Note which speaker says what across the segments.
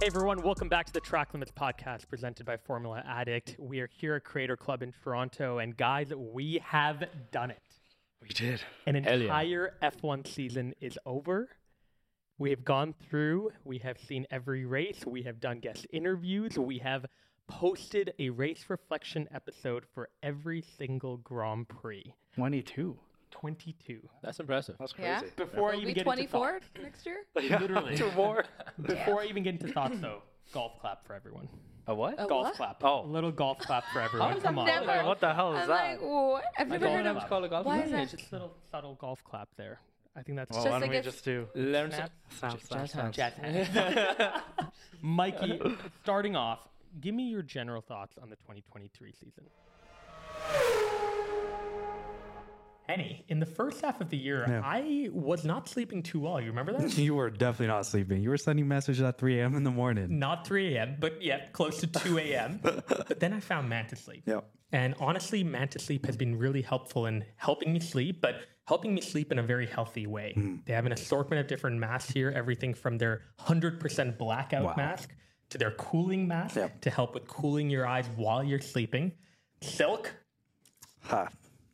Speaker 1: Hey everyone, welcome back to the Track Limits podcast presented by Formula Addict. We are here at Creator Club in Toronto, and guys, we have done it.
Speaker 2: We did.
Speaker 1: An
Speaker 3: Hell yeah.
Speaker 1: entire F1 season is over. We have gone through, we have seen every race, we have done guest interviews, we have posted a race reflection episode for every single Grand Prix.
Speaker 2: 22.
Speaker 1: 22.
Speaker 3: That's impressive.
Speaker 2: That's crazy.
Speaker 4: Yeah?
Speaker 1: Before
Speaker 4: Will
Speaker 1: you
Speaker 4: be
Speaker 1: get into
Speaker 4: 24
Speaker 1: thoughts,
Speaker 4: next year?
Speaker 2: Literally.
Speaker 1: before I even get into thoughts though, golf clap for everyone.
Speaker 2: A what?
Speaker 4: A
Speaker 1: golf
Speaker 4: Uh, what?
Speaker 1: clap.
Speaker 2: Oh.
Speaker 1: A little golf clap for everyone. Come on.
Speaker 4: Never.
Speaker 2: What the hell is
Speaker 4: I'm
Speaker 2: that?
Speaker 4: like, what? I've never heard
Speaker 1: golf
Speaker 4: of.
Speaker 1: club.
Speaker 3: called a golf
Speaker 4: Why
Speaker 3: club.
Speaker 4: is
Speaker 1: Yeah,
Speaker 4: that?
Speaker 1: it's just a little subtle golf clap there. I think that's
Speaker 2: well,
Speaker 4: just
Speaker 2: why don't
Speaker 4: like
Speaker 2: we
Speaker 4: if-
Speaker 2: just do
Speaker 3: Learn
Speaker 1: Snap.
Speaker 2: snap, snap,
Speaker 3: Jazz
Speaker 2: snap.
Speaker 1: jazz hands. Mikey, starting off, give me your general thoughts on the 2023 season. Henny, in the first half of the year,
Speaker 5: Yeah.
Speaker 1: I was not sleeping too well. You remember that?
Speaker 5: You were definitely not sleeping. You were sending messages at 3 a.m. in the morning.
Speaker 1: not 3 a.m., but yeah, close to 2 a.m. but then I found Mantis Sleep.
Speaker 5: Yep.
Speaker 1: And honestly, Mantis Sleep has been really helpful in helping me sleep, but helping me sleep in a very healthy way.
Speaker 5: Hmm.
Speaker 1: They have an assortment of different masks here, everything from their 100% blackout
Speaker 5: Wow.
Speaker 1: mask to their cooling mask
Speaker 5: Yep.
Speaker 1: to help with cooling your eyes while you're sleeping. Silk,
Speaker 5: Ha.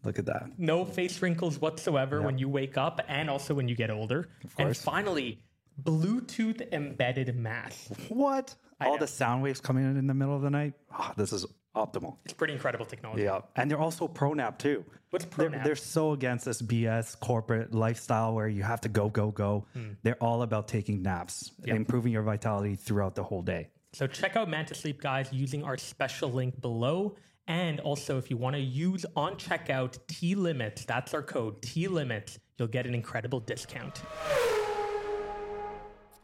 Speaker 5: Look at that.
Speaker 1: no face wrinkles whatsoever when you wake up and also when you get older. And
Speaker 5: course.
Speaker 1: finally, Bluetooth embedded mask.
Speaker 5: What? All
Speaker 1: know.
Speaker 5: the sound waves coming in in the middle of the night. Ah, this is optimal.
Speaker 1: It's pretty incredible technology.
Speaker 5: Yeah. And they're also pro nap too.
Speaker 1: What's
Speaker 5: They're,
Speaker 1: ProNap?
Speaker 5: they're so against this BS corporate lifestyle where you have to go, go, go.
Speaker 2: Hmm.
Speaker 5: They're all about taking naps, improving your vitality throughout the whole day.
Speaker 1: So check out Mantis Sleep guys using our special link below. And also, if you want to use on checkout T Limits, that's our code T Limits, you'll get an incredible discount.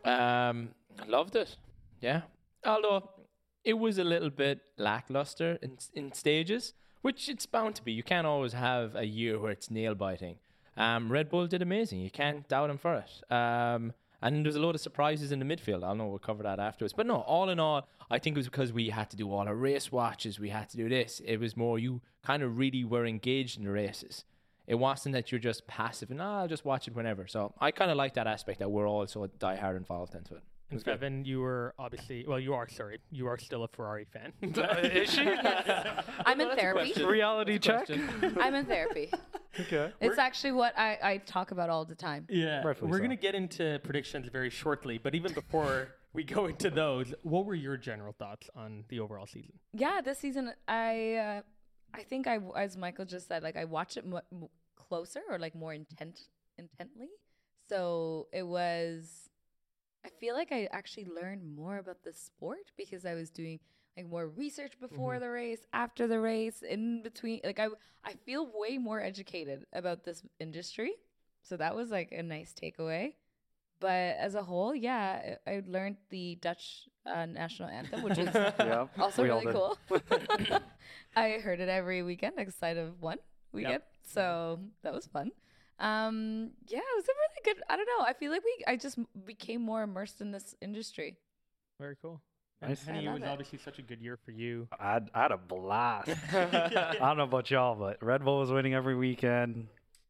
Speaker 3: Um, loved it. Yeah. Although it was a little bit lackluster in, in stages, which it's bound to be. You can't always have a year where it's nail biting. Um, Red Bull did amazing. You can't doubt him for it. Um, and there's a lot of surprises in the midfield. I know we'll cover that afterwards. But no, all in all, I think it was because we had to do all our race watches. We had to do this. It was more you kind of really were engaged in the races. It wasn't that you're just passive and ah, I'll just watch it whenever. So I kind of like that aspect that we're all so diehard involved into it. It
Speaker 1: And
Speaker 3: was good.
Speaker 1: Bevan, you were obviously, well, you are, sorry, you are still a Ferrari fan.
Speaker 3: Is she?
Speaker 4: I'm in therapy.
Speaker 2: Reality check.
Speaker 4: I'm in therapy.
Speaker 2: Okay.
Speaker 4: It's actually what I, I talk about all the time.
Speaker 1: yeah.
Speaker 2: Rightfully
Speaker 1: We're
Speaker 2: so.
Speaker 1: going to get into predictions very shortly, but even before we go into those, what were your general thoughts on the overall season?
Speaker 4: Yeah, this season I uh, I think I as Michael just said like I watch it mo- mo- closer or like more intent intently. So it was I feel like I actually learned more about the sport because I was doing like more research before the race, after the race, in between. Like I I feel way more educated about this industry. So that was like a nice takeaway. But as a whole, yeah, I I learned the Dutch uh, national anthem, which is
Speaker 2: Yeah.
Speaker 4: also
Speaker 2: we all
Speaker 4: really
Speaker 2: did.
Speaker 4: cool. I heard it every weekend, outside of one weekend, so that was fun. Um, yeah, it was a really good. I don't know. I feel like we, I just m- became more immersed in this industry.
Speaker 1: Very cool.
Speaker 2: Nice.
Speaker 1: And Henny, it
Speaker 4: I
Speaker 1: was
Speaker 4: love it.
Speaker 1: obviously such a good year for you.
Speaker 2: I had, I had a blast. I don't know about y'all, but Red Bull was winning every weekend.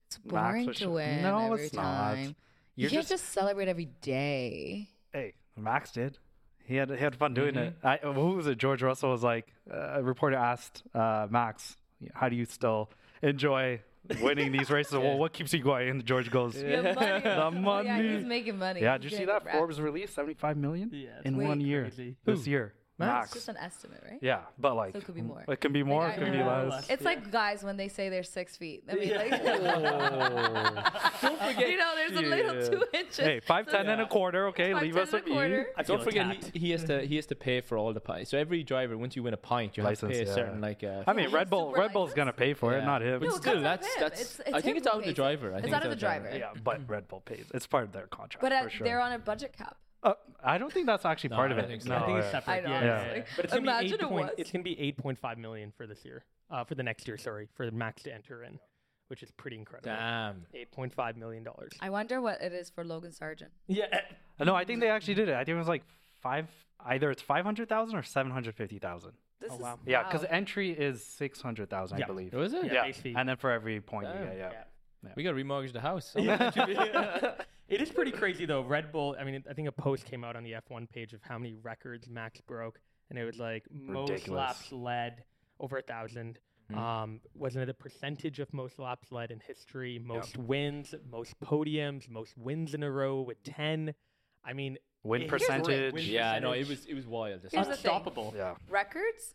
Speaker 4: It's
Speaker 2: Max
Speaker 4: boring
Speaker 2: was
Speaker 4: to
Speaker 2: sh-
Speaker 4: win
Speaker 2: No,
Speaker 4: every
Speaker 2: it's not.
Speaker 4: time. You
Speaker 2: You're
Speaker 4: can't
Speaker 2: just,
Speaker 4: just, celebrate every day.
Speaker 2: hey, Max did. He had he had fun doing
Speaker 4: Mm-hmm.
Speaker 2: it. I, who was it? George Russell was like uh, a reporter asked uh, Max, "How do you still enjoy winning these races? Well, what keeps you going?" And George goes,
Speaker 4: The money.
Speaker 2: The
Speaker 4: Yeah,
Speaker 2: money.
Speaker 4: he's making money.
Speaker 2: Yeah,
Speaker 4: He's
Speaker 2: did you see
Speaker 4: getting
Speaker 2: that
Speaker 4: wrapped.
Speaker 2: Forbes release? Seventy-five million
Speaker 1: Yeah,
Speaker 2: in
Speaker 4: it's
Speaker 2: one
Speaker 4: Wait.
Speaker 2: year
Speaker 1: crazy.
Speaker 2: this year.
Speaker 4: It's
Speaker 2: Max.
Speaker 4: just an estimate, right?
Speaker 2: Yeah, but like
Speaker 4: So it could be more.
Speaker 2: It can be more.
Speaker 4: Like,
Speaker 2: it
Speaker 4: I
Speaker 2: can be
Speaker 4: know.
Speaker 2: less.
Speaker 4: It's like guys when they say they're six feet. I mean, like, you know, there's a little two inches.
Speaker 2: Hey, five ten and a quarter. Okay,
Speaker 4: Five,
Speaker 2: leave
Speaker 4: ten
Speaker 2: us
Speaker 4: and a quarter.
Speaker 1: I
Speaker 3: Don't
Speaker 1: feel
Speaker 3: forget,
Speaker 1: attacked.
Speaker 3: he, he has to he has to pay for all the pie. So every driver, once you win a pint, you
Speaker 2: License,
Speaker 3: have to pay
Speaker 2: yeah.
Speaker 3: a certain like. Uh,
Speaker 2: I mean,
Speaker 4: Yeah,
Speaker 2: Red Bull.
Speaker 4: super
Speaker 2: Red Bull's
Speaker 4: license.
Speaker 2: gonna pay for it,
Speaker 3: Yeah.
Speaker 2: not him.
Speaker 3: No,
Speaker 4: No,
Speaker 3: Still,
Speaker 4: still,
Speaker 3: that's-
Speaker 4: that's,
Speaker 3: that's-
Speaker 4: It's,
Speaker 3: I think
Speaker 4: him
Speaker 3: it's out
Speaker 4: who
Speaker 3: of the
Speaker 4: pays it.
Speaker 3: driver. I
Speaker 4: It's
Speaker 3: think
Speaker 4: out of
Speaker 3: it's
Speaker 4: the
Speaker 3: out of the
Speaker 4: driver.
Speaker 2: Yeah, but Red Bull pays. It's part of their contract.
Speaker 4: But uh,
Speaker 2: for sure.
Speaker 4: they're on a budget cap.
Speaker 2: Uh, I don't think that's actually
Speaker 3: No, I
Speaker 2: part of
Speaker 3: don't
Speaker 2: it.
Speaker 3: think so.
Speaker 2: No,
Speaker 1: I think it's
Speaker 2: yeah.
Speaker 1: separate.
Speaker 4: I know,
Speaker 1: yeah,
Speaker 2: honestly.
Speaker 1: yeah, yeah.
Speaker 4: Yeah.
Speaker 1: But it's gonna
Speaker 4: Imagine
Speaker 1: be
Speaker 4: it
Speaker 1: eight point,
Speaker 4: was.
Speaker 1: It's gonna be eight point five million for this year, uh, for the next year. Sorry, for Max to enter in, which is pretty incredible.
Speaker 3: Damn.
Speaker 1: Eight point five million dollars.
Speaker 4: I wonder what it is for Logan Sargent.
Speaker 1: Yeah, eh,
Speaker 2: No, I think they actually did it. I think it was like five. Either it's five hundred thousand or seven hundred fifty thousand.
Speaker 4: This
Speaker 1: Oh, wow.
Speaker 4: Is,
Speaker 2: Yeah, because entry is six hundred thousand, I
Speaker 1: Yeah.
Speaker 2: believe.
Speaker 3: Was it?
Speaker 1: Yeah.
Speaker 2: Yeah,
Speaker 1: base fee.
Speaker 2: and then for every point, you
Speaker 3: Oh.
Speaker 2: get, yeah,
Speaker 1: yeah.
Speaker 2: Yeah.
Speaker 3: We got to remortgage the house.
Speaker 1: it is pretty crazy though. Red Bull. I mean, I think a post came out on the F1 page of how many records Max broke, and it was like most
Speaker 2: Ridiculous. Hmm.
Speaker 1: laps led over a thousand. Um, wasn't it a percentage of most laps led in history? Most wins, most podiums, most wins in a row with ten. I mean,
Speaker 2: Win
Speaker 1: Here's the thing.
Speaker 2: percentage.
Speaker 1: Win-
Speaker 3: Oh, yeah, no, it
Speaker 1: percentage.
Speaker 3: was it was wild. This
Speaker 4: Here's the thing.
Speaker 1: unstoppable.
Speaker 2: Yeah.
Speaker 4: records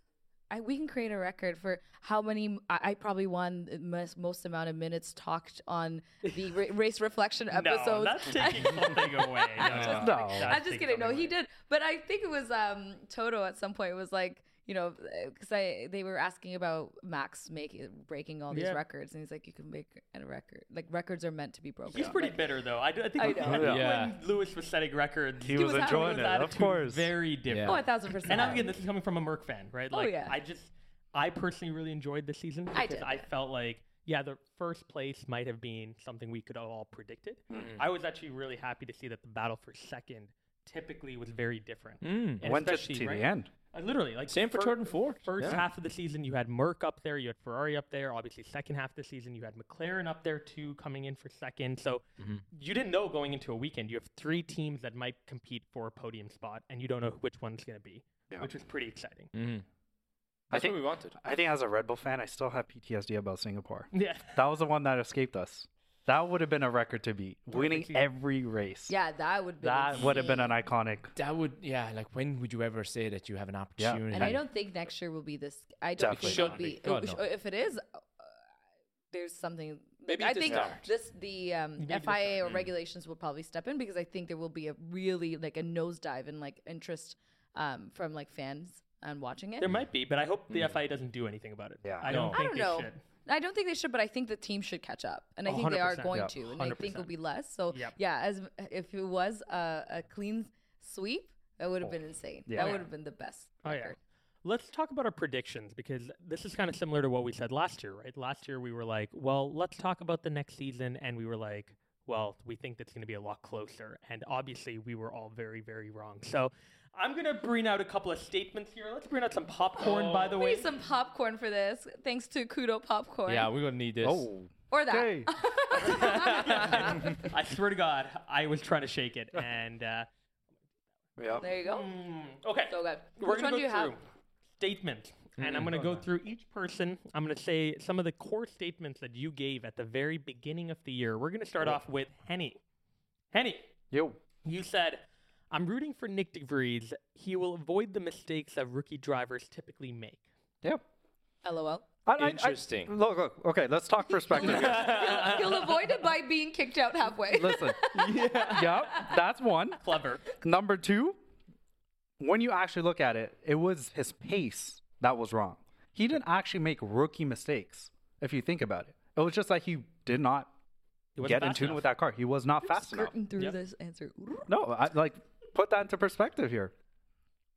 Speaker 4: I, we can create a record for how many i, I probably won the most, most amount of minutes talked on the ra- race reflection episodes
Speaker 1: No, that's taking something away. No,
Speaker 2: No.
Speaker 1: that's
Speaker 4: i'm just
Speaker 1: taking
Speaker 4: kidding no
Speaker 1: something
Speaker 4: he
Speaker 1: away.
Speaker 4: did but i think it was um toto at some point was like you know because i they were asking about max making breaking all these
Speaker 1: Yeah.
Speaker 4: records and he's like you can make a record like records are meant to be broken
Speaker 1: He's pretty bitter though. I, d- I think
Speaker 4: I
Speaker 1: I
Speaker 4: know.
Speaker 3: Yeah.
Speaker 1: when Lewis was setting records,
Speaker 2: He
Speaker 1: his
Speaker 2: was
Speaker 4: was having
Speaker 2: enjoying it,
Speaker 4: his
Speaker 2: of
Speaker 1: attitude
Speaker 2: course.
Speaker 1: very different.
Speaker 3: Yeah.
Speaker 4: oh a thousand percent
Speaker 1: And I'm again, this is coming from a Merc fan, right?
Speaker 4: Oh,
Speaker 1: Like,
Speaker 4: yeah.
Speaker 1: I just, I personally really enjoyed this season because
Speaker 4: I did, yeah.
Speaker 1: felt like, yeah, the first place might have been something we could have all predicted. I was actually really happy to see that the battle for second typically was very different.
Speaker 3: Mm.
Speaker 1: And
Speaker 2: Went to,
Speaker 1: especially,
Speaker 2: to
Speaker 1: right,
Speaker 2: the end.
Speaker 1: uh, Literally, like
Speaker 3: Same for
Speaker 1: fir-
Speaker 3: Jordan Ford.
Speaker 1: First
Speaker 3: Yeah.
Speaker 1: half of the season, you had Merck up there, you had Ferrari up there. Obviously, second half of the season, you had McLaren up there too, coming in for second. So
Speaker 2: Mm-hmm.
Speaker 1: you didn't know going into a weekend, you have three teams that might compete for a podium spot, and you don't know which one's going to be,
Speaker 2: Yeah.
Speaker 1: which was pretty exciting.
Speaker 3: Mm.
Speaker 2: I
Speaker 3: That's
Speaker 2: think-
Speaker 3: what we wanted.
Speaker 2: I think as a Red Bull fan, I still have PTSD about Singapore.
Speaker 1: Yeah.
Speaker 2: That was the one that escaped us. That would have been a record to beat. Winning
Speaker 1: season.
Speaker 2: every race.
Speaker 4: yeah that would be
Speaker 2: That would have been an
Speaker 4: insane.
Speaker 2: iconic.
Speaker 3: That would yeah. Like when would you ever say that you have an
Speaker 2: Yeah.
Speaker 3: opportunity?
Speaker 4: And I don't think next year will be this. I don't
Speaker 2: Definitely
Speaker 4: think it'll
Speaker 3: not.
Speaker 4: be.
Speaker 3: God,
Speaker 4: it-
Speaker 3: no.
Speaker 4: If it is, uh, there's something.
Speaker 3: Maybe
Speaker 4: I
Speaker 3: this
Speaker 4: think
Speaker 3: time.
Speaker 4: this the um,
Speaker 1: Maybe this
Speaker 4: FIA
Speaker 1: time.
Speaker 4: or regulations will probably step in because I think there will be a really like a nosedive in like interest um, from like fans on watching it.
Speaker 1: There might be, but I hope the FIA doesn't do anything about it.
Speaker 2: Mm. Yeah.
Speaker 1: I
Speaker 2: No.
Speaker 1: don't
Speaker 4: I
Speaker 1: think
Speaker 4: don't
Speaker 1: they
Speaker 4: know.
Speaker 1: should.
Speaker 4: I don't think they should, but I think the team should catch up, and I think they are
Speaker 1: 100%.
Speaker 4: going
Speaker 2: Yeah,
Speaker 4: to, and I think it'll
Speaker 1: 100%.
Speaker 4: be less. So
Speaker 1: Yep.
Speaker 4: yeah, as if it was a, a clean sweep, that would have been insane.
Speaker 2: Yeah.
Speaker 4: That
Speaker 2: Yeah.
Speaker 4: would have been the best.
Speaker 1: Oh yeah.
Speaker 4: record.
Speaker 1: Let's talk about our predictions because this is kind of similar to what we said last year, right? Last year we were like, well, let's talk about the next season, and we were like, well, we think that's going to be a lot closer, and obviously we were all very, very wrong. So I'm going to bring out a couple of statements here. Let's bring out some popcorn, by the
Speaker 4: We
Speaker 1: way.
Speaker 4: need some popcorn for this. Thanks to Kudo Popcorn.
Speaker 3: yeah, we're gonna need this.
Speaker 2: Oh.
Speaker 4: Or that.
Speaker 2: Okay.
Speaker 1: I swear to God, I was trying to shake it, and uh,
Speaker 2: yeah.
Speaker 4: There you go.
Speaker 1: mm, okay,
Speaker 4: So good.
Speaker 1: we're
Speaker 4: Which
Speaker 1: gonna
Speaker 4: one
Speaker 1: go
Speaker 4: do you
Speaker 1: through
Speaker 4: have?
Speaker 1: statements, and I'm
Speaker 2: Mm.
Speaker 1: gonna go through each person. I'm gonna say some of the core statements that you gave at the very beginning of the year. We're gonna start off with Henny. Henny,
Speaker 2: Yo.
Speaker 1: you said, "I'm rooting for Nick De Vries. He will avoid the mistakes that rookie drivers typically make."
Speaker 2: Yeah.
Speaker 4: LOL.
Speaker 2: I- I- I-
Speaker 3: Interesting.
Speaker 2: look, look. Okay, let's talk perspective. here.
Speaker 4: He'll, he'll avoid it by being kicked out halfway.
Speaker 2: Listen. Yep. That's one.
Speaker 1: Clever.
Speaker 2: Number two, when you actually look at it, it was his pace that was wrong. He didn't actually make rookie mistakes, if you think about it. It was just like he did not
Speaker 1: He wasn't
Speaker 2: get in
Speaker 1: fast
Speaker 2: tune
Speaker 1: enough.
Speaker 2: with that car. He was not fast enough.
Speaker 4: Skirting through
Speaker 1: Yep.
Speaker 4: this answer.
Speaker 2: No, I, like put that into perspective here.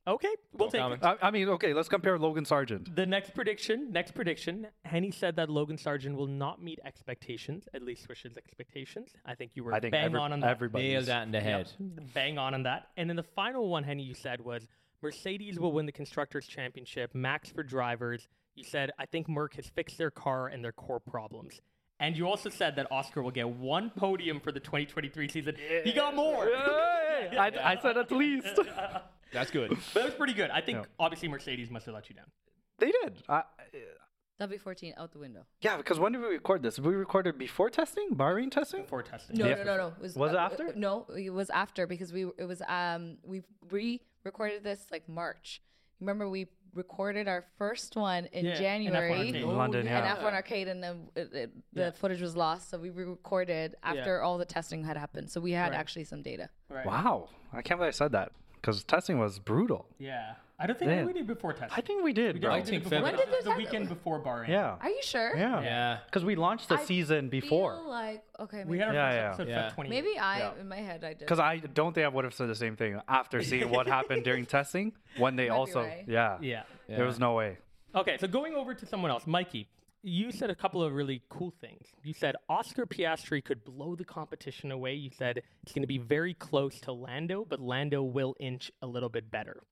Speaker 1: Okay, we'll
Speaker 3: No
Speaker 1: take
Speaker 3: comment.
Speaker 1: it.
Speaker 2: I, I mean, okay, let's compare Logan Sargent.
Speaker 1: The next prediction, next prediction, Henny said that Logan Sargent will not meet expectations, at least Swish's expectations. I think you were
Speaker 2: I think
Speaker 1: bang
Speaker 2: every,
Speaker 1: on on that.
Speaker 2: everybody.
Speaker 3: Nailed that in the head.
Speaker 1: bang on on that. And then the final one, Henny, you said was Mercedes will win the constructors' championship. Max for drivers. You said I think Merck has fixed their car and their core problems. And you also said that Oscar will get one podium for the 2023 season. He got more.
Speaker 2: I, I said at least.
Speaker 3: That's good.
Speaker 1: That was pretty good. I think obviously Mercedes must have let you down.
Speaker 2: they did. I,
Speaker 4: That'll be 14 out the window.
Speaker 2: yeah, because when did we record this? We recorded before testing, Bahrain testing.
Speaker 1: Before testing.
Speaker 4: No,
Speaker 2: Yeah.
Speaker 4: no, no, no. It was,
Speaker 2: Was it
Speaker 4: uh,
Speaker 2: after?
Speaker 4: uh, No, it was after because we it was um we re-recorded this like March. Remember we recorded our first one in
Speaker 1: Yeah, in F1
Speaker 4: January
Speaker 1: Arcade.
Speaker 2: In London,
Speaker 4: and
Speaker 2: yeah.
Speaker 4: F1 Arcade, and then it, it, the
Speaker 1: Yeah.
Speaker 4: footage was lost, so we re-recorded after all the testing had happened. So we had actually some data.
Speaker 1: Right.
Speaker 2: Wow, I can't believe I said that because testing was brutal.
Speaker 1: Yeah. I don't think
Speaker 2: Man.
Speaker 1: we did before testing.
Speaker 2: I think we did,
Speaker 1: we
Speaker 2: bro.
Speaker 1: definitely
Speaker 3: I think
Speaker 1: did before
Speaker 3: February.
Speaker 1: testing.
Speaker 4: When did
Speaker 1: the
Speaker 4: this
Speaker 1: weekend before Bahrain.
Speaker 2: yeah.
Speaker 4: Are you sure?
Speaker 2: Yeah.
Speaker 3: Yeah.
Speaker 2: Because we launched the
Speaker 4: I
Speaker 2: season
Speaker 4: Feel
Speaker 2: before.
Speaker 4: like okay,
Speaker 1: We
Speaker 4: maybe,
Speaker 1: had our
Speaker 2: Yeah,
Speaker 1: first
Speaker 2: yeah.
Speaker 1: episode
Speaker 3: Yeah.
Speaker 1: Feb 28.
Speaker 4: maybe I
Speaker 2: Yeah.
Speaker 4: in my head I did.
Speaker 2: Because I don't think I would have said the same thing after seeing what happened during testing when they
Speaker 4: Might be
Speaker 2: also.
Speaker 4: right.
Speaker 2: Yeah,
Speaker 1: Yeah.
Speaker 2: There was no way.
Speaker 1: Okay, so going over to someone else, Mikey, you said a couple of really cool things. You said Oscar Piastri could blow the competition away. You said it's going to be very close to Lando, but Lando will inch a little bit better.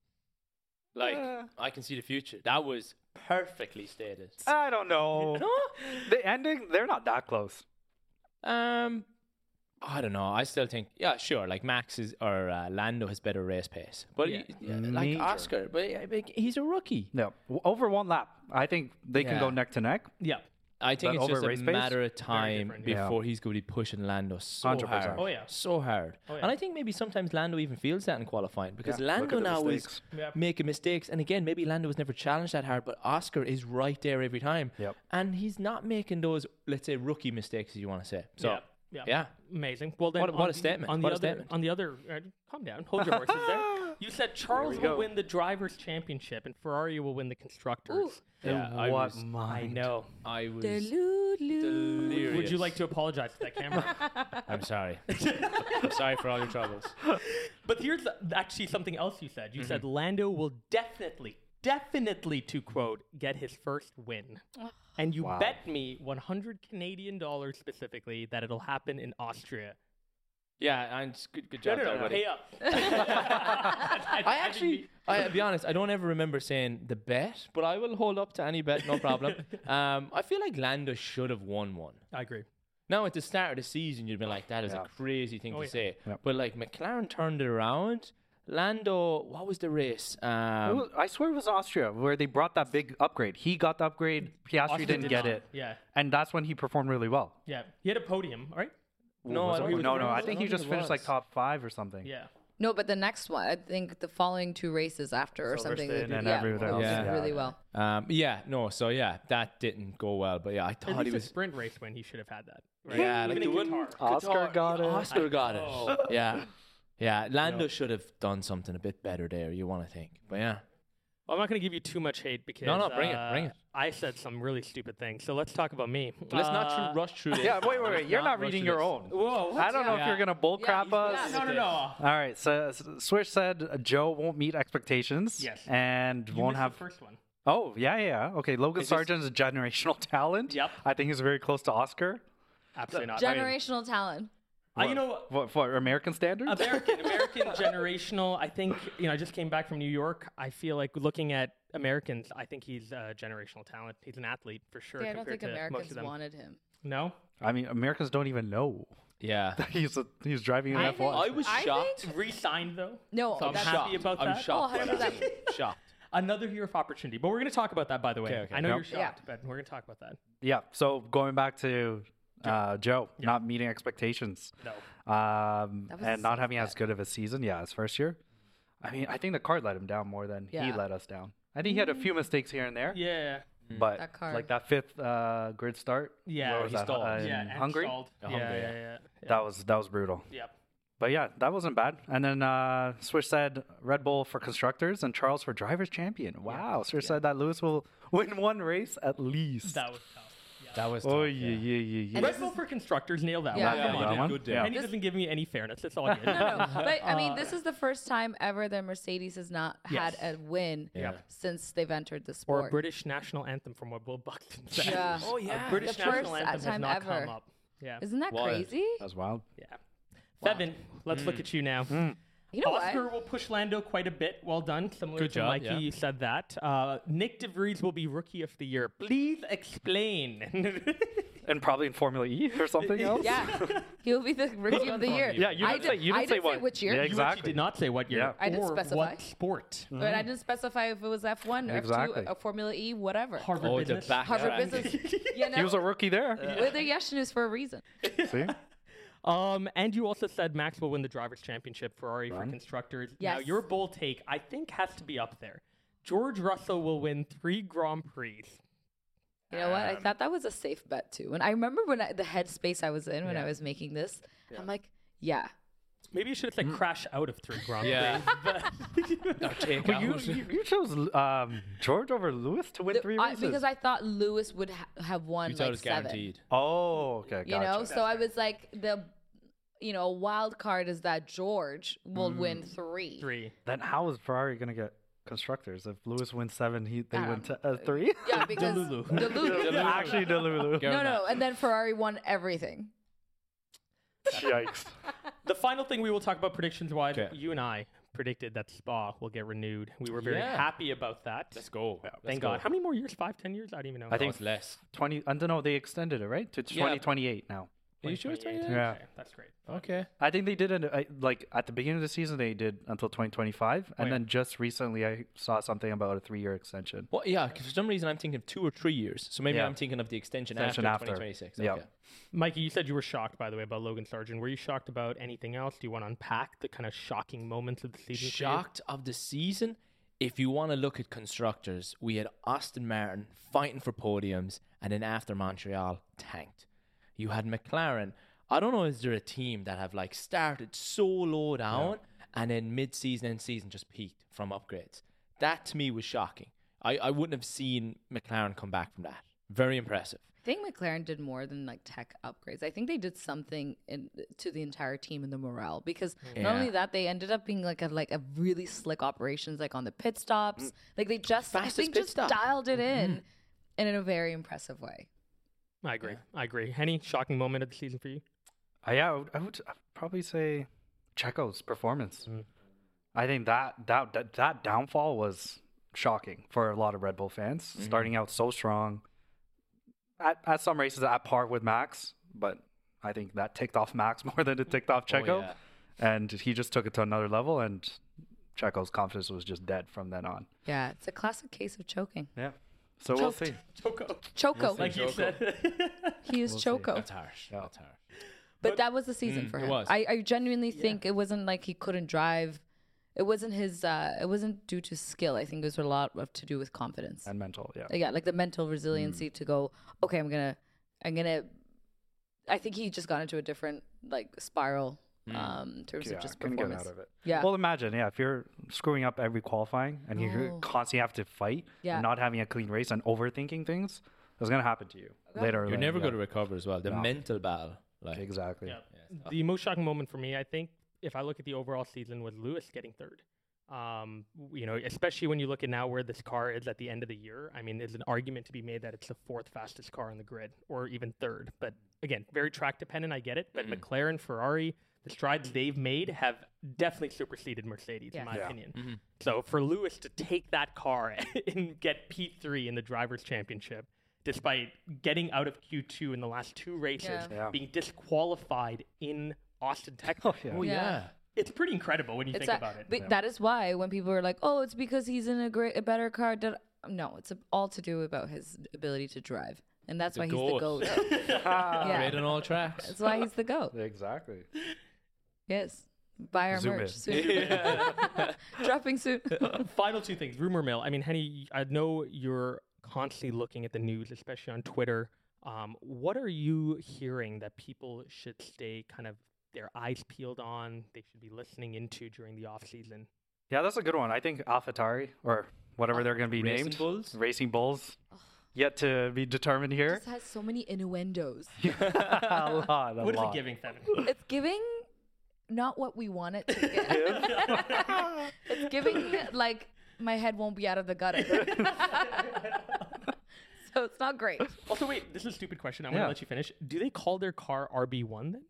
Speaker 3: Like I can see the future. That was perfectly stated.
Speaker 2: I don't know. the ending, they're not that close.
Speaker 3: Um, I don't know. I still think, yeah, sure. Like Max is or uh, Lando has better race pace, but
Speaker 1: Yeah.
Speaker 3: y- yeah, like
Speaker 2: Major.
Speaker 3: Oscar, but yeah, like, he's a rookie.
Speaker 2: No, w- over one lap. I think they can go
Speaker 3: Yeah.
Speaker 2: neck to neck.
Speaker 1: Yeah.
Speaker 3: I think
Speaker 2: But
Speaker 3: it's
Speaker 2: over
Speaker 3: just a
Speaker 2: race pace,
Speaker 3: matter of time
Speaker 1: different,
Speaker 2: yeah.
Speaker 3: before he's going to be pushing Lando so
Speaker 2: 100%.
Speaker 3: hard.
Speaker 1: Oh, yeah.
Speaker 3: so hard.
Speaker 1: Oh, yeah.
Speaker 3: And I think maybe sometimes Lando even feels that in qualifying because
Speaker 2: Yeah, look
Speaker 3: Lando
Speaker 2: at the
Speaker 3: now is
Speaker 2: mistakes.
Speaker 1: Yep.
Speaker 3: making mistakes, and again, maybe Lando was never challenged that hard, but Oscar is right there every time.
Speaker 2: Yep.
Speaker 3: And he's not making those, let's say, rookie mistakes, as you want to say. So,
Speaker 1: Yeah, yeah.
Speaker 3: yeah.
Speaker 1: Amazing. Well, then
Speaker 3: What-
Speaker 1: on
Speaker 3: what a
Speaker 1: the-
Speaker 3: statement.
Speaker 1: On the
Speaker 3: What a
Speaker 1: other,
Speaker 3: statement.
Speaker 1: on the other, uh, calm down. Hold your horses there. You said Charles will
Speaker 2: go.
Speaker 1: win the drivers' championship and Ferrari will win the constructors.
Speaker 3: Yeah, I
Speaker 2: what
Speaker 3: was-
Speaker 1: I
Speaker 2: mind?
Speaker 1: know.
Speaker 3: I was
Speaker 4: Delulu.
Speaker 3: delirious.
Speaker 1: Would you like to apologize to that camera?
Speaker 3: I'm sorry. I'm sorry for all your troubles.
Speaker 1: but here's actually something else you said. You said Lando will definitely, definitely, to quote, get his first win. And you
Speaker 2: Wow.
Speaker 1: bet me 100 Canadian dollars specifically that it'll happen in Austria.
Speaker 3: Yeah, and it's good, good
Speaker 1: No,
Speaker 3: job,
Speaker 1: no, no,
Speaker 3: everybody.
Speaker 1: pay up. I,
Speaker 3: I actually, I, to be honest, I don't ever remember saying the bet, but I will hold up to any bet, no problem. um, I feel like Lando should have won one.
Speaker 1: I agree.
Speaker 3: Now, at the start of the season, you'd be like, that is
Speaker 2: Yeah.
Speaker 3: a crazy thing
Speaker 1: Oh,
Speaker 3: to
Speaker 1: yeah.
Speaker 3: say.
Speaker 2: Yeah.
Speaker 3: But like McLaren turned it around. Lando, what was the race?
Speaker 2: It
Speaker 3: Um,
Speaker 2: was- I swear it was Austria where they brought that big upgrade. He got the upgrade. Piastri
Speaker 1: Austria
Speaker 2: didn't
Speaker 1: did
Speaker 2: get
Speaker 1: not.
Speaker 2: it,
Speaker 1: Yeah,
Speaker 2: and that's when he performed really well.
Speaker 1: yeah. He had a podium, right? Oh,
Speaker 3: no, I
Speaker 2: no,
Speaker 3: don't think it
Speaker 2: no,
Speaker 3: was-
Speaker 2: no. I
Speaker 3: don't
Speaker 2: think he just
Speaker 3: it
Speaker 2: finished like
Speaker 3: was.
Speaker 2: top five or something.
Speaker 1: Yeah.
Speaker 4: No, but the next one, I think the following two races after or something.
Speaker 2: Silverstone
Speaker 4: they
Speaker 2: and
Speaker 4: did-
Speaker 2: everything
Speaker 4: they
Speaker 2: else,
Speaker 4: did
Speaker 3: yeah.
Speaker 4: really well.
Speaker 3: Um, yeah, no, so yeah, that didn't go well. But yeah, I
Speaker 1: At
Speaker 3: thought he
Speaker 1: least a
Speaker 3: was.
Speaker 1: sprint race when he should have had that. Right?
Speaker 3: Yeah,
Speaker 1: Even
Speaker 3: like the
Speaker 1: in
Speaker 3: one-
Speaker 1: Qatar.
Speaker 2: Oscar
Speaker 3: Qatar-
Speaker 2: got it.
Speaker 3: Oscar got it.
Speaker 1: Oh.
Speaker 3: Yeah, yeah. Lando should have done something a bit better there. You want to think, but yeah.
Speaker 1: Well, I'm not going to give you too much hate because
Speaker 3: no, bring it,
Speaker 1: uh,
Speaker 3: bring it.
Speaker 1: I said some really stupid things, so let's talk about me.
Speaker 3: But let's
Speaker 1: Uh,
Speaker 3: not tr- rush through this.
Speaker 2: Yeah, wait, wait, wait. You're
Speaker 3: not
Speaker 2: not
Speaker 3: rushing
Speaker 2: reading your
Speaker 3: this.
Speaker 2: own.
Speaker 1: Whoa,
Speaker 2: I don't know
Speaker 3: Yeah.
Speaker 2: if you're gonna bull crap
Speaker 4: he's-
Speaker 2: us.
Speaker 4: yeah,
Speaker 1: no, no, no.
Speaker 2: All right, so, so Swish said uh, Joe won't meet expectations.
Speaker 1: Yes.
Speaker 2: and
Speaker 1: You
Speaker 2: won't
Speaker 1: missed the
Speaker 2: have.
Speaker 1: first one.
Speaker 2: Oh yeah, yeah. Okay, Logan
Speaker 1: It's just-
Speaker 2: Sargent is a generational talent.
Speaker 1: Yep.
Speaker 2: I think he's very close to Oscar.
Speaker 1: Absolutely not.
Speaker 4: Generational talent.
Speaker 1: I, you know,
Speaker 2: What for American standards?
Speaker 1: American, American generational. I think you know. I just came back from New York. I feel like looking at Americans. I think he's a generational talent. He's an athlete for sure.
Speaker 4: Yeah, I don't
Speaker 1: compared
Speaker 4: think
Speaker 1: to most
Speaker 4: Americans
Speaker 1: of them.
Speaker 4: wanted him.
Speaker 1: No,
Speaker 2: I mean, Americans don't even know
Speaker 3: Yeah.
Speaker 2: he's a, he's driving an
Speaker 4: I
Speaker 2: F1.
Speaker 4: think-
Speaker 3: I was
Speaker 4: I
Speaker 3: shocked.
Speaker 1: re-signed though.
Speaker 4: No,
Speaker 1: So I'm
Speaker 4: that's-
Speaker 1: happy about
Speaker 3: I'm
Speaker 1: that.
Speaker 3: shocked.
Speaker 4: Oh,
Speaker 3: by that.
Speaker 4: 100%.
Speaker 3: shocked.
Speaker 1: Another year of opportunity, but we're going to talk about that. By the way,
Speaker 3: Okay, okay.
Speaker 1: I know
Speaker 2: Yep.
Speaker 1: you're
Speaker 4: Yeah.
Speaker 1: shocked, but we're going to talk about that.
Speaker 2: Yeah. So going back to uh, Joe not meeting expectations
Speaker 1: No,
Speaker 2: um,
Speaker 4: That was
Speaker 2: and not
Speaker 4: so
Speaker 2: having as good of a season, yeah, his first year. I mean, I think the card let him down more than he
Speaker 4: Yeah. Mm.
Speaker 2: let us down. I think he had a few mistakes here and there,
Speaker 1: yeah,
Speaker 2: but
Speaker 4: That card.
Speaker 2: like that fifth uh, grid start,
Speaker 1: yeah,
Speaker 2: where
Speaker 1: he
Speaker 2: was that,
Speaker 1: stalled.
Speaker 2: uh, in
Speaker 1: yeah, and
Speaker 2: Hungary?
Speaker 1: stalled.
Speaker 3: Uh,
Speaker 1: yeah,
Speaker 3: Hungary,
Speaker 1: yeah,
Speaker 3: yeah.
Speaker 1: yeah, yeah.
Speaker 2: That was that was brutal.
Speaker 1: Yep.
Speaker 2: But yeah, that wasn't bad. And then uh, Swish said Red Bull for constructors and Charles for drivers champion. Wow, Swish said that Lewis will win one race at least.
Speaker 1: That was tough. Yeah.
Speaker 3: That was.
Speaker 2: oh
Speaker 3: tough,
Speaker 2: yeah, yeah, yeah, yeah.
Speaker 4: And
Speaker 1: Red Bull for constructors nailed that
Speaker 4: Yeah.
Speaker 1: one.
Speaker 4: Yeah,
Speaker 1: Come
Speaker 2: you
Speaker 1: on.
Speaker 2: did
Speaker 3: one.
Speaker 2: good
Speaker 3: Yeah.
Speaker 2: there.
Speaker 1: And he doesn't give me any fairness. That's all. Good.
Speaker 4: no, no. But I mean, this is the first time ever that Mercedes has not had a win
Speaker 1: Yep.
Speaker 4: since they've entered the
Speaker 1: Or
Speaker 4: sport.
Speaker 1: a British national anthem from what Will Buxton said.
Speaker 4: Yeah. Oh,
Speaker 1: A British
Speaker 4: The
Speaker 1: national
Speaker 4: first
Speaker 1: anthem has
Speaker 4: time
Speaker 1: not
Speaker 4: ever.
Speaker 1: come up. Yeah.
Speaker 4: Isn't that
Speaker 3: Wild.
Speaker 4: crazy?
Speaker 2: That was wild.
Speaker 1: yeah. Seven. Let's
Speaker 3: Mm.
Speaker 1: look at you now.
Speaker 4: You know
Speaker 1: Oscar
Speaker 4: what?
Speaker 1: will push Lando quite a bit. Well done. Similar
Speaker 3: Good
Speaker 1: to
Speaker 3: job,
Speaker 1: Mikey,
Speaker 3: yeah.
Speaker 1: you said that. Uh, Nick DeVries will be Rookie of the Year. Please explain.
Speaker 2: And probably in Formula E or something else.
Speaker 4: Yeah, he'll be the rookie of the year.
Speaker 2: Yeah, you
Speaker 4: I
Speaker 2: didn't say- you
Speaker 4: I
Speaker 2: didn't say what-
Speaker 4: which year,
Speaker 2: Yeah,
Speaker 1: You actually
Speaker 2: Exactly.
Speaker 1: did not say what year
Speaker 2: Yeah.
Speaker 4: I didn't
Speaker 1: or
Speaker 4: specify.
Speaker 1: what sport.
Speaker 4: but I didn't specify if it was F one or F
Speaker 2: Exactly.
Speaker 4: two, or Formula E, whatever.
Speaker 1: Harvard
Speaker 3: Oh, the
Speaker 1: Business.
Speaker 3: back-
Speaker 4: Harvard
Speaker 3: Yeah.
Speaker 4: Business. You know,
Speaker 2: He was a rookie there.
Speaker 4: with the yes news for a reason.
Speaker 2: See?
Speaker 1: Um, and you also said Max will win the drivers' championship Ferrari for constructors. Now
Speaker 4: Yes.
Speaker 1: your bold take, I think, has to be up there. George Russell will win three Grand Prix.
Speaker 4: You know what? I thought that was a safe bet too. And I remember when I, the headspace I was in when
Speaker 1: Yeah.
Speaker 4: I was making this, I'm like, yeah,
Speaker 1: Maybe you should have said crash out of three Grand Prix.
Speaker 3: Yeah.
Speaker 1: but-
Speaker 2: But you, you, you chose um, George over Lewis to win
Speaker 4: The-
Speaker 2: three
Speaker 4: I-
Speaker 2: races.
Speaker 4: because I thought Lewis would ha- have won
Speaker 3: You thought it
Speaker 4: like
Speaker 3: was
Speaker 4: seven.
Speaker 3: guaranteed.
Speaker 2: oh, okay, gotcha.
Speaker 4: You know, so I was like the, you know, wild card is that George will win
Speaker 3: Mm.
Speaker 4: three.
Speaker 1: three.
Speaker 2: Then how is Ferrari gonna get constructors if Lewis wins seven? He they
Speaker 4: Um,
Speaker 2: win t- uh, three.
Speaker 4: Yeah, because
Speaker 1: Delulu.
Speaker 4: Delulu.
Speaker 2: Actually, Delulu.
Speaker 4: No, no, and then Ferrari won everything.
Speaker 2: Yikes.
Speaker 1: The final thing we will talk about predictions wise,
Speaker 3: Okay.
Speaker 1: you and I predicted that Spa will get renewed. We were very
Speaker 3: Yeah.
Speaker 1: happy about that.
Speaker 3: Let's go.
Speaker 1: Thank God. How many more years? Five, ten years? I don't even know.
Speaker 2: I think
Speaker 3: less.
Speaker 2: twenty. I don't know. They extended it right to
Speaker 3: Yeah.
Speaker 2: twenty twenty eight now.
Speaker 3: Are you sure it's
Speaker 1: 2028?
Speaker 3: 2028?
Speaker 2: Yeah.
Speaker 1: Okay, that's great.
Speaker 3: Okay.
Speaker 2: I think they did it I- like at the beginning of the season. They did until 2025, and
Speaker 1: Wait.
Speaker 2: then just recently I saw something about a three-year extension.
Speaker 3: Well, yeah, 'cause for some reason I'm thinking of two or three years. So maybe
Speaker 2: Yeah.
Speaker 3: I'm thinking of the extension,
Speaker 2: Extension
Speaker 3: after,
Speaker 2: after.
Speaker 3: 2026.
Speaker 2: Yeah.
Speaker 3: Okay.
Speaker 1: Mikey, you said you were shocked, by the way, about Logan Sargent. Were you shocked about anything else? Do you want to unpack the kind of shocking moments of the season? for you?
Speaker 3: Shocked of the season. If you want to look at constructors, we had Austin Martin fighting for podiums, and then after Montreal tanked. You had McLaren. I don't know, is there a team that have like started so low down and then mid season and season just peaked from upgrades? That to me was shocking. I, I wouldn't have seen McLaren come back from that. Very impressive.
Speaker 4: I think McLaren did more than like tech upgrades. I think they did something in, to the entire team and the morale because not
Speaker 3: Yeah.
Speaker 4: only that they ended up being like a like a really slick operations like on the pit stops. Like they just I
Speaker 3: Mm. Fastest
Speaker 4: think
Speaker 3: pit
Speaker 4: just
Speaker 3: stop. Mm-hmm.
Speaker 4: dialed it in and in a very impressive way.
Speaker 1: I agree. I agree. Any shocking moment of the season for you?
Speaker 2: I, Uh, yeah, I would, I would probably say Checo's performance. I think that, that that that downfall was shocking for a lot of Red Bull fans. Starting out so strong, at, at some races at par with Max, but I think that ticked off Max more than it ticked off Checo,
Speaker 3: yeah.
Speaker 2: and he just took it to another level. And Checo's confidence was just dead from then on.
Speaker 4: Yeah, it's a classic case of choking.
Speaker 2: Yeah. So we'll see.
Speaker 1: Choco.
Speaker 4: Choco.
Speaker 1: Like you said.
Speaker 4: he is choco.
Speaker 3: That's harsh.
Speaker 2: Yeah.
Speaker 3: That's harsh.
Speaker 4: But that was the season for
Speaker 3: it
Speaker 4: him.
Speaker 3: was.
Speaker 4: I, I genuinely think it wasn't like he couldn't drive. It wasn't his. Uh, it wasn't due to skill. I think it was a lot of to do with confidence.
Speaker 2: And mental, yeah.
Speaker 4: yeah, like the mental resiliency to go. Okay, I'm gonna. I'm gonna. I think he just got into a different like spiral. Um, in terms
Speaker 2: yeah,
Speaker 4: of just
Speaker 2: can get
Speaker 4: performance.
Speaker 2: out of it.
Speaker 4: Yeah.
Speaker 2: Well, imagine, yeah, if you're screwing up every qualifying and you
Speaker 4: No.
Speaker 2: constantly have to fight,
Speaker 4: Oh. Yeah.
Speaker 2: and not having a clean race and overthinking things, that's gonna happen to you later.
Speaker 3: You're never going to recover as well. The mental battle. Like,
Speaker 2: Exactly.
Speaker 1: the most shocking moment for me, I think, if I look at the overall season, was Lewis getting third. Um, w- you know, especially when you look at now where this car is at the end of the year. I mean, there's an argument to be made that it's the fourth fastest car on the grid, or even third. But again, very track dependent. I get it. But McLaren, Ferrari, the strides they've made have definitely superseded Mercedes, in
Speaker 4: Yeah.
Speaker 1: my opinion. So for Lewis to take that car and get P3 in the Drivers' Championship, despite getting out of Q2 in the last two races,
Speaker 4: Yeah.
Speaker 2: Yeah.
Speaker 1: being disqualified in Austin, Texas.
Speaker 2: yeah.
Speaker 3: Oh,
Speaker 4: Yeah.
Speaker 3: yeah.
Speaker 1: It's pretty incredible when you
Speaker 4: It's
Speaker 1: think
Speaker 4: a-
Speaker 1: about it.
Speaker 4: But that is why when people are like, "Oh, it's because he's in a great, a better car." Da- no, it's all to do about his ability to drive, and that's why he's the
Speaker 3: goat.
Speaker 4: goat.
Speaker 3: Great
Speaker 4: yeah,
Speaker 3: on all tracks.
Speaker 4: that's why he's the goat.
Speaker 2: Exactly.
Speaker 4: Yes. Buy our
Speaker 2: Zoom
Speaker 4: merch
Speaker 2: in.
Speaker 4: soon. Dropping soon.
Speaker 1: Final two things rumor mill. I mean, Henny, I know you're constantly looking at the news, especially on Twitter. Um, what are you hearing that people should stay kind of their eyes peeled on, they should be listening into during the off season?
Speaker 2: Yeah, that's a good one. I think AlphaTauri or whatever they're gonna be
Speaker 3: Racing
Speaker 2: named,
Speaker 3: Bulls?
Speaker 2: Racing Bulls, yet to be determined here.
Speaker 4: This has so many innuendos.
Speaker 2: a lot, a
Speaker 1: What is
Speaker 2: lot.
Speaker 1: it giving, Seven?
Speaker 4: It's giving not what we want it to get. it's giving like my head won't be out of the gutter. so it's not great.
Speaker 1: also, wait, this is a stupid question. I'm going
Speaker 2: Yeah.
Speaker 1: to let you finish. Do they call their car RB1 then?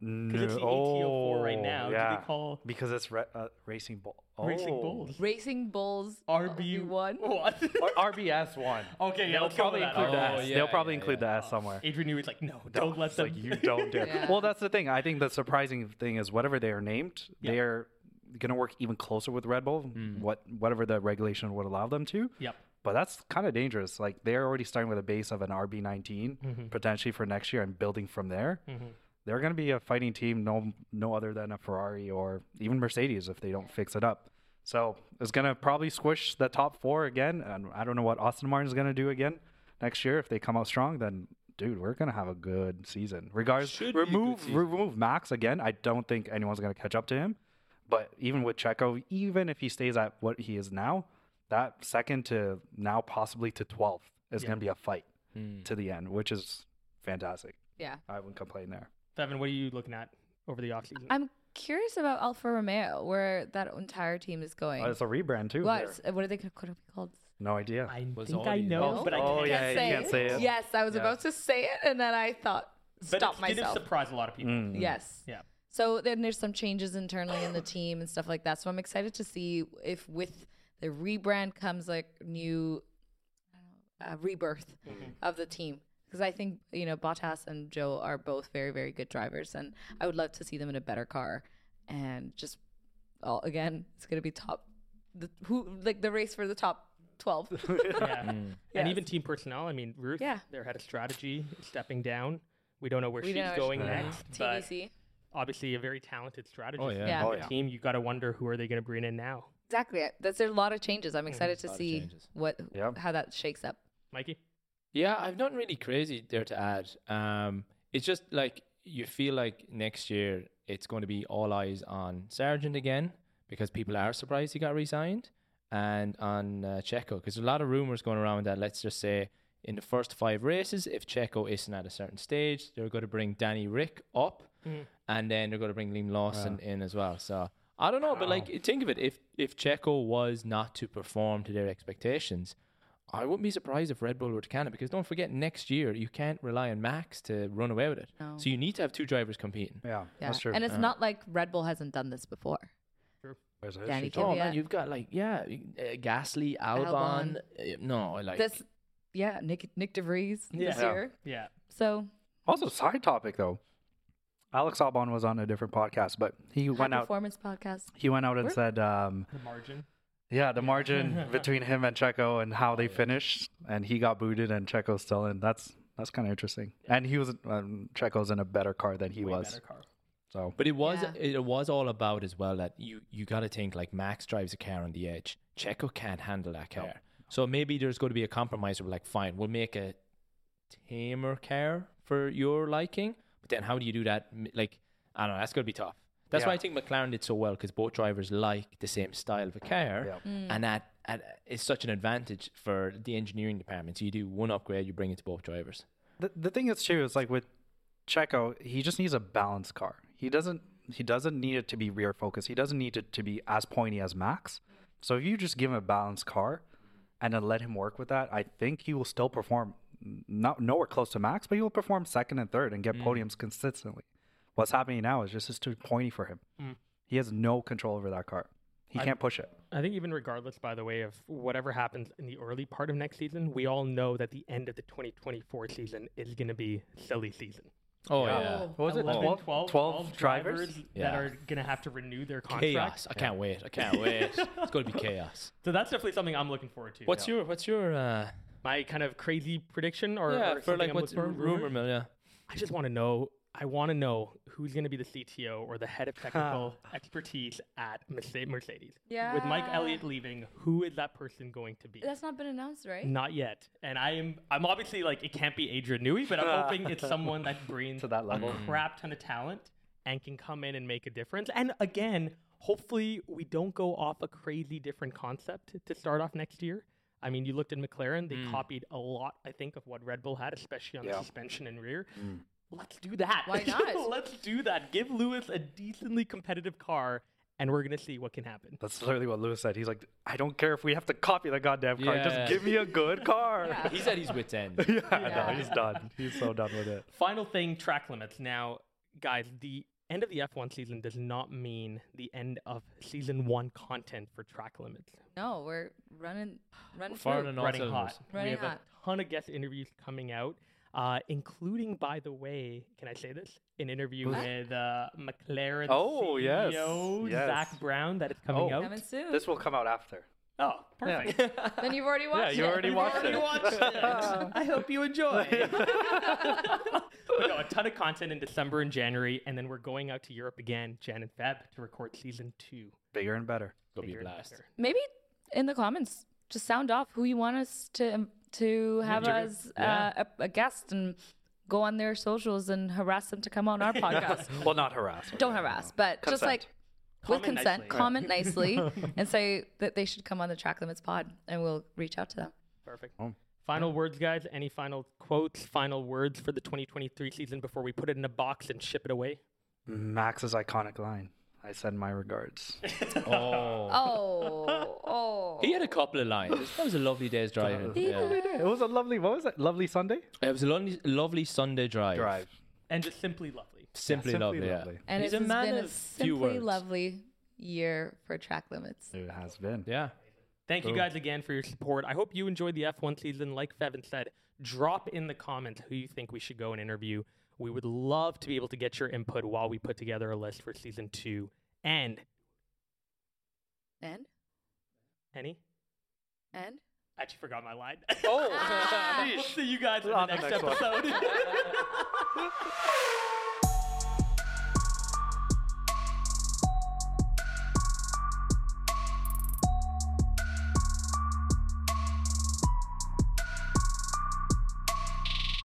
Speaker 2: Because
Speaker 1: Because it's the ATO4 right now. Do
Speaker 2: Yeah.
Speaker 1: they call
Speaker 2: Because it's re- uh, Racing Bull.
Speaker 1: Racing
Speaker 2: Oh.
Speaker 1: Bulls
Speaker 4: Racing Bulls
Speaker 1: RB1?
Speaker 4: one.
Speaker 1: What?
Speaker 2: Or RBS one.
Speaker 1: Okay, yeah,
Speaker 2: They'll
Speaker 1: let's go with
Speaker 2: probably
Speaker 1: that.
Speaker 2: include the
Speaker 3: Oh,
Speaker 2: S.
Speaker 3: yeah,
Speaker 2: They'll probably
Speaker 3: yeah,
Speaker 2: include
Speaker 3: yeah.
Speaker 2: the S somewhere.
Speaker 1: Adrian Newey's like, no, don't let
Speaker 2: It's
Speaker 1: them.
Speaker 2: like, you don't dare.
Speaker 4: Yeah.
Speaker 2: Well, that's the thing. I think the surprising thing is whatever they are named,
Speaker 1: Yeah.
Speaker 2: they are going to work even closer with Red Bull, what whatever the regulation would allow them to.
Speaker 1: Yep.
Speaker 2: But that's kind of dangerous. Like they're already starting with a base of an RB19 potentially for next year and building from there. They're going to be a fighting team, no no other than a Ferrari or even Mercedes if they don't fix it up. So it's going to probably squish the top four again. And I don't know what Austin Martin's going to do again next year if they come out strong. Then dude, we're going to have a good season. Regardless,
Speaker 3: Should be a good
Speaker 2: remove
Speaker 3: season.
Speaker 2: remove Max again. I don't think anyone's going to catch up to him. But even with Checo, even if he stays at what he is now, that second to now possibly to 12th is going to be a fight
Speaker 3: Hmm.
Speaker 2: to the end, which is fantastic.
Speaker 4: Yeah.
Speaker 2: I wouldn't complain there.
Speaker 1: Seven, what are you looking at over the offseason?
Speaker 4: I'm curious about Alfa Romeo, where that entire team is going.
Speaker 2: Oh, it's a rebrand too.
Speaker 4: what,
Speaker 2: there.
Speaker 4: is- what are they going to be called?
Speaker 2: No idea.
Speaker 1: I
Speaker 3: Was
Speaker 1: think
Speaker 3: all
Speaker 1: I
Speaker 3: these-
Speaker 1: know,
Speaker 3: No?
Speaker 1: but I
Speaker 2: Oh,
Speaker 1: can't.
Speaker 2: yeah, you can't say it.
Speaker 4: Yes, I was about to say it, and then I thought,
Speaker 1: But
Speaker 4: stop
Speaker 1: it did
Speaker 4: myself.
Speaker 1: surprise a lot of people.
Speaker 2: Mm.
Speaker 4: Yes.
Speaker 1: Yeah.
Speaker 4: So then there's some changes internally in the team and stuff like that. So I'm excited to see if with the
Speaker 1: Mm-hmm.
Speaker 4: rebrand comes like new uh, rebirth of the team. because I think you know Bottas and Joe are both very very good drivers, and I would love to see them in a better car. And just all again, it's gonna be top the who like the race for the top twelve.
Speaker 1: Yeah. And
Speaker 4: Yes.
Speaker 1: even team personnel. I mean, Ruth,
Speaker 4: Yeah.
Speaker 1: their head of strategy, is stepping down. We don't know where
Speaker 4: We
Speaker 1: she's
Speaker 4: don't know where
Speaker 1: going
Speaker 4: she's going.
Speaker 1: next, but
Speaker 4: TBC.
Speaker 1: obviously a very talented strategist.
Speaker 3: yeah.
Speaker 4: Yeah.
Speaker 1: on
Speaker 4: Oh,
Speaker 1: the team. You got to wonder who are they going to bring in now,
Speaker 4: Exactly. I- That's there are a lot of changes. I'm excited to
Speaker 3: lot of
Speaker 4: see
Speaker 3: changes.
Speaker 4: what
Speaker 2: Yep.
Speaker 4: how that shakes up.
Speaker 1: Mikey?
Speaker 3: Yeah, I've nothing really crazy there to add. Um, it's just like you feel like next year it's going to be all eyes on Sargent again because people are surprised he got re-signed, and on uh, Checo because there's a lot of rumors going around that let's just say in the first five races, if Checo isn't at a certain stage, they're going to bring Danny Rick up, and then they're going to bring Liam Lawson in as well. So I don't know, but like think of it if if Checo was not to perform to their expectations. I wouldn't be surprised if Red Bull were to can it because don't forget next year you can't rely on Max to run away with it.
Speaker 4: No.
Speaker 3: So you need to have two drivers competing.
Speaker 2: Yeah,
Speaker 4: Yeah.
Speaker 2: that's true.
Speaker 4: And
Speaker 3: Uh-huh.
Speaker 4: it's not like Red Bull hasn't done this before.
Speaker 2: There's a
Speaker 4: Danny
Speaker 2: history to
Speaker 4: Kim.
Speaker 2: it.
Speaker 3: Oh
Speaker 4: Yeah.
Speaker 3: man, you've got like yeah, you- uh, Gasly, Albon. uh, no, I like
Speaker 4: This yeah, Nick Nick DeVries this
Speaker 2: Yeah.
Speaker 4: year.
Speaker 1: Yeah.
Speaker 4: So
Speaker 2: Also, side topic though. Alex Albon was on a different podcast, but he
Speaker 4: high
Speaker 2: went out.
Speaker 4: performance podcast.
Speaker 2: He went out and
Speaker 4: Where?
Speaker 2: said, um,
Speaker 1: The margin.
Speaker 2: "Yeah, the margin between him and Checo and how they finished, and he got booted, and Checo's still in. That's that's kind of interesting. And he was um, Checo's in a better car than he was. So
Speaker 3: But it was
Speaker 4: Yeah.
Speaker 3: it was all about as well that you you got to think like Max drives a car on the edge. Checo can't handle that car. So maybe there's going to be a compromise. Where we're like, fine, we'll make a tamer car for your liking. But then how do you do that? M- Like, I don't know. That's going to be tough. That's why
Speaker 2: Yeah.
Speaker 3: I think McLaren did so well because both drivers like the same style of a car,
Speaker 2: Yeah.
Speaker 3: and that, and it's such an advantage for the engineering department. So you do one upgrade, you bring it to both drivers.
Speaker 2: the the thing is too is like with Checo, he just needs a balanced car. He doesn't he doesn't need it to be rear focused. He doesn't need it to be as pointy as Max. So if you just give him a balanced car and then let him work with that, I think he will still perform n- not nowhere close to Max, but he will perform second and third and get podiums consistently. What's happening now is just it's too pointy for him. He has no control over that car. He can't push it.
Speaker 1: I think even regardless, by the way, of whatever happens in the early part of next season, we all know that the end of the 2024 season is going to be silly season.
Speaker 3: Oh yeah,
Speaker 2: What was it?
Speaker 1: 11, 12,
Speaker 2: 12? 12 drivers?
Speaker 1: that
Speaker 3: Yeah.
Speaker 1: are going to have to renew their contracts.
Speaker 3: chaos! I can't wait. I can't wait. it's going to be chaos.
Speaker 1: So that's definitely something I'm looking forward to.
Speaker 3: What's your what's your uh
Speaker 1: my kind of crazy prediction or, or
Speaker 3: for
Speaker 1: something
Speaker 3: like
Speaker 1: I'm
Speaker 3: what's
Speaker 1: looking-
Speaker 3: rumor, rumor mill? Yeah,
Speaker 1: I just want to know. I want to know who's going to be the CTO or the head of technical expertise at Merce- Mercedes. With Mike
Speaker 4: Yeah.
Speaker 1: Elliott leaving, who is that person going to be?
Speaker 4: That's not been announced, right?
Speaker 1: Not yet. And I am I'm obviously like it can't be Adrian Newey, but I'm hoping it's someone that brings
Speaker 2: To that level.
Speaker 1: a crap ton of talent and can come in and make a difference. And again, hopefully we don't go off a crazy different concept to start off next year. I mean, you looked at McLaren,
Speaker 2: Mm.
Speaker 1: they copied a lot, I think, of what Red Bull had, especially on the
Speaker 2: Yeah.
Speaker 1: suspension and rear.
Speaker 2: Mm.
Speaker 1: Let's do that.
Speaker 4: Why not?
Speaker 1: Let's do that. Give Lewis a decently competitive car and we're gonna see what can happen.
Speaker 2: That's literally what Lewis said. He's like, I don't care if we have to copy the goddamn car.
Speaker 3: Yeah.
Speaker 2: Just give me a good car.
Speaker 4: Yeah.
Speaker 3: he's at his wits end.
Speaker 2: yeah,
Speaker 4: Yeah.
Speaker 2: no, he's done. He's so done with it.
Speaker 1: Final thing, track limits. Now, guys, the end of the F1 season does not mean the end of season one content for track limits.
Speaker 4: No, we're running running
Speaker 3: Firing
Speaker 4: through.
Speaker 3: on all
Speaker 1: Running
Speaker 3: cylinders.
Speaker 1: hot.
Speaker 4: Running
Speaker 1: we have
Speaker 4: hot.
Speaker 1: a ton of guest interviews coming out, uh, including, by the way, can I say this? An interview with uh, McLaren
Speaker 2: Oh, yes,
Speaker 1: CEO
Speaker 2: yes.
Speaker 1: Zach Brown that is coming
Speaker 2: Oh.
Speaker 1: out.
Speaker 4: Coming soon.
Speaker 2: This will come out after.
Speaker 1: Oh, perfect.
Speaker 4: then you've already watched it.
Speaker 2: you already
Speaker 4: You've
Speaker 2: watched
Speaker 4: already
Speaker 2: it.
Speaker 1: I hope you enjoy. but no, a ton of content in December and January, and then we're going out to Europe again, Jan and Feb, to record season two.
Speaker 2: Bigger and better.
Speaker 3: It'll be a
Speaker 1: Bigger and
Speaker 3: blast.
Speaker 1: better.
Speaker 4: Maybe in the comments, just sound off who you want us to um, to have
Speaker 3: Yeah.
Speaker 4: as uh, a, a guest and go on their socials and harass them to come on our podcast.
Speaker 2: Well, not harassment.
Speaker 4: Don't harass, but just
Speaker 2: Consent.
Speaker 4: like
Speaker 1: Comment
Speaker 4: with consent,
Speaker 1: nicely.
Speaker 4: comment nicely and say that they should come on the Track Limits pod and we'll reach out to them.
Speaker 1: Perfect.
Speaker 2: Oh.
Speaker 1: Final words, guys. Any final quotes, final words for the 2023 season before we put it in a box and ship it away?
Speaker 2: Max's iconic line. I send my regards.
Speaker 3: Oh,
Speaker 4: Oh, oh.
Speaker 3: he had a couple of lines. That was a lovely day's driving. yeah.
Speaker 2: it was a lovely. What was that? Lovely Sunday
Speaker 3: It was a lovely, lovely Sunday drive.
Speaker 2: drive.
Speaker 1: And just simply lovely.
Speaker 3: Simply,
Speaker 2: Yeah,
Speaker 3: lovely.
Speaker 2: simply
Speaker 3: yeah.
Speaker 2: lovely.
Speaker 4: And
Speaker 3: He's
Speaker 4: it's
Speaker 3: a man
Speaker 4: been
Speaker 3: of
Speaker 4: a
Speaker 3: few
Speaker 4: simply
Speaker 3: words.
Speaker 4: lovely year for Track Limits.
Speaker 2: It has been.
Speaker 3: Yeah.
Speaker 1: Thank you guys again for your support. I hope you enjoyed the F1 season. Like Fevin said, Drop in the comments who you think we should go and interview. We would love to be able to get your input while we put together a list for season two. And
Speaker 4: And
Speaker 1: Henny,
Speaker 4: and
Speaker 1: I actually forgot my line.
Speaker 3: Oh,
Speaker 4: Ah.
Speaker 1: we'll see you guys in the
Speaker 2: Oh. On the
Speaker 1: next
Speaker 2: next one.
Speaker 1: episode.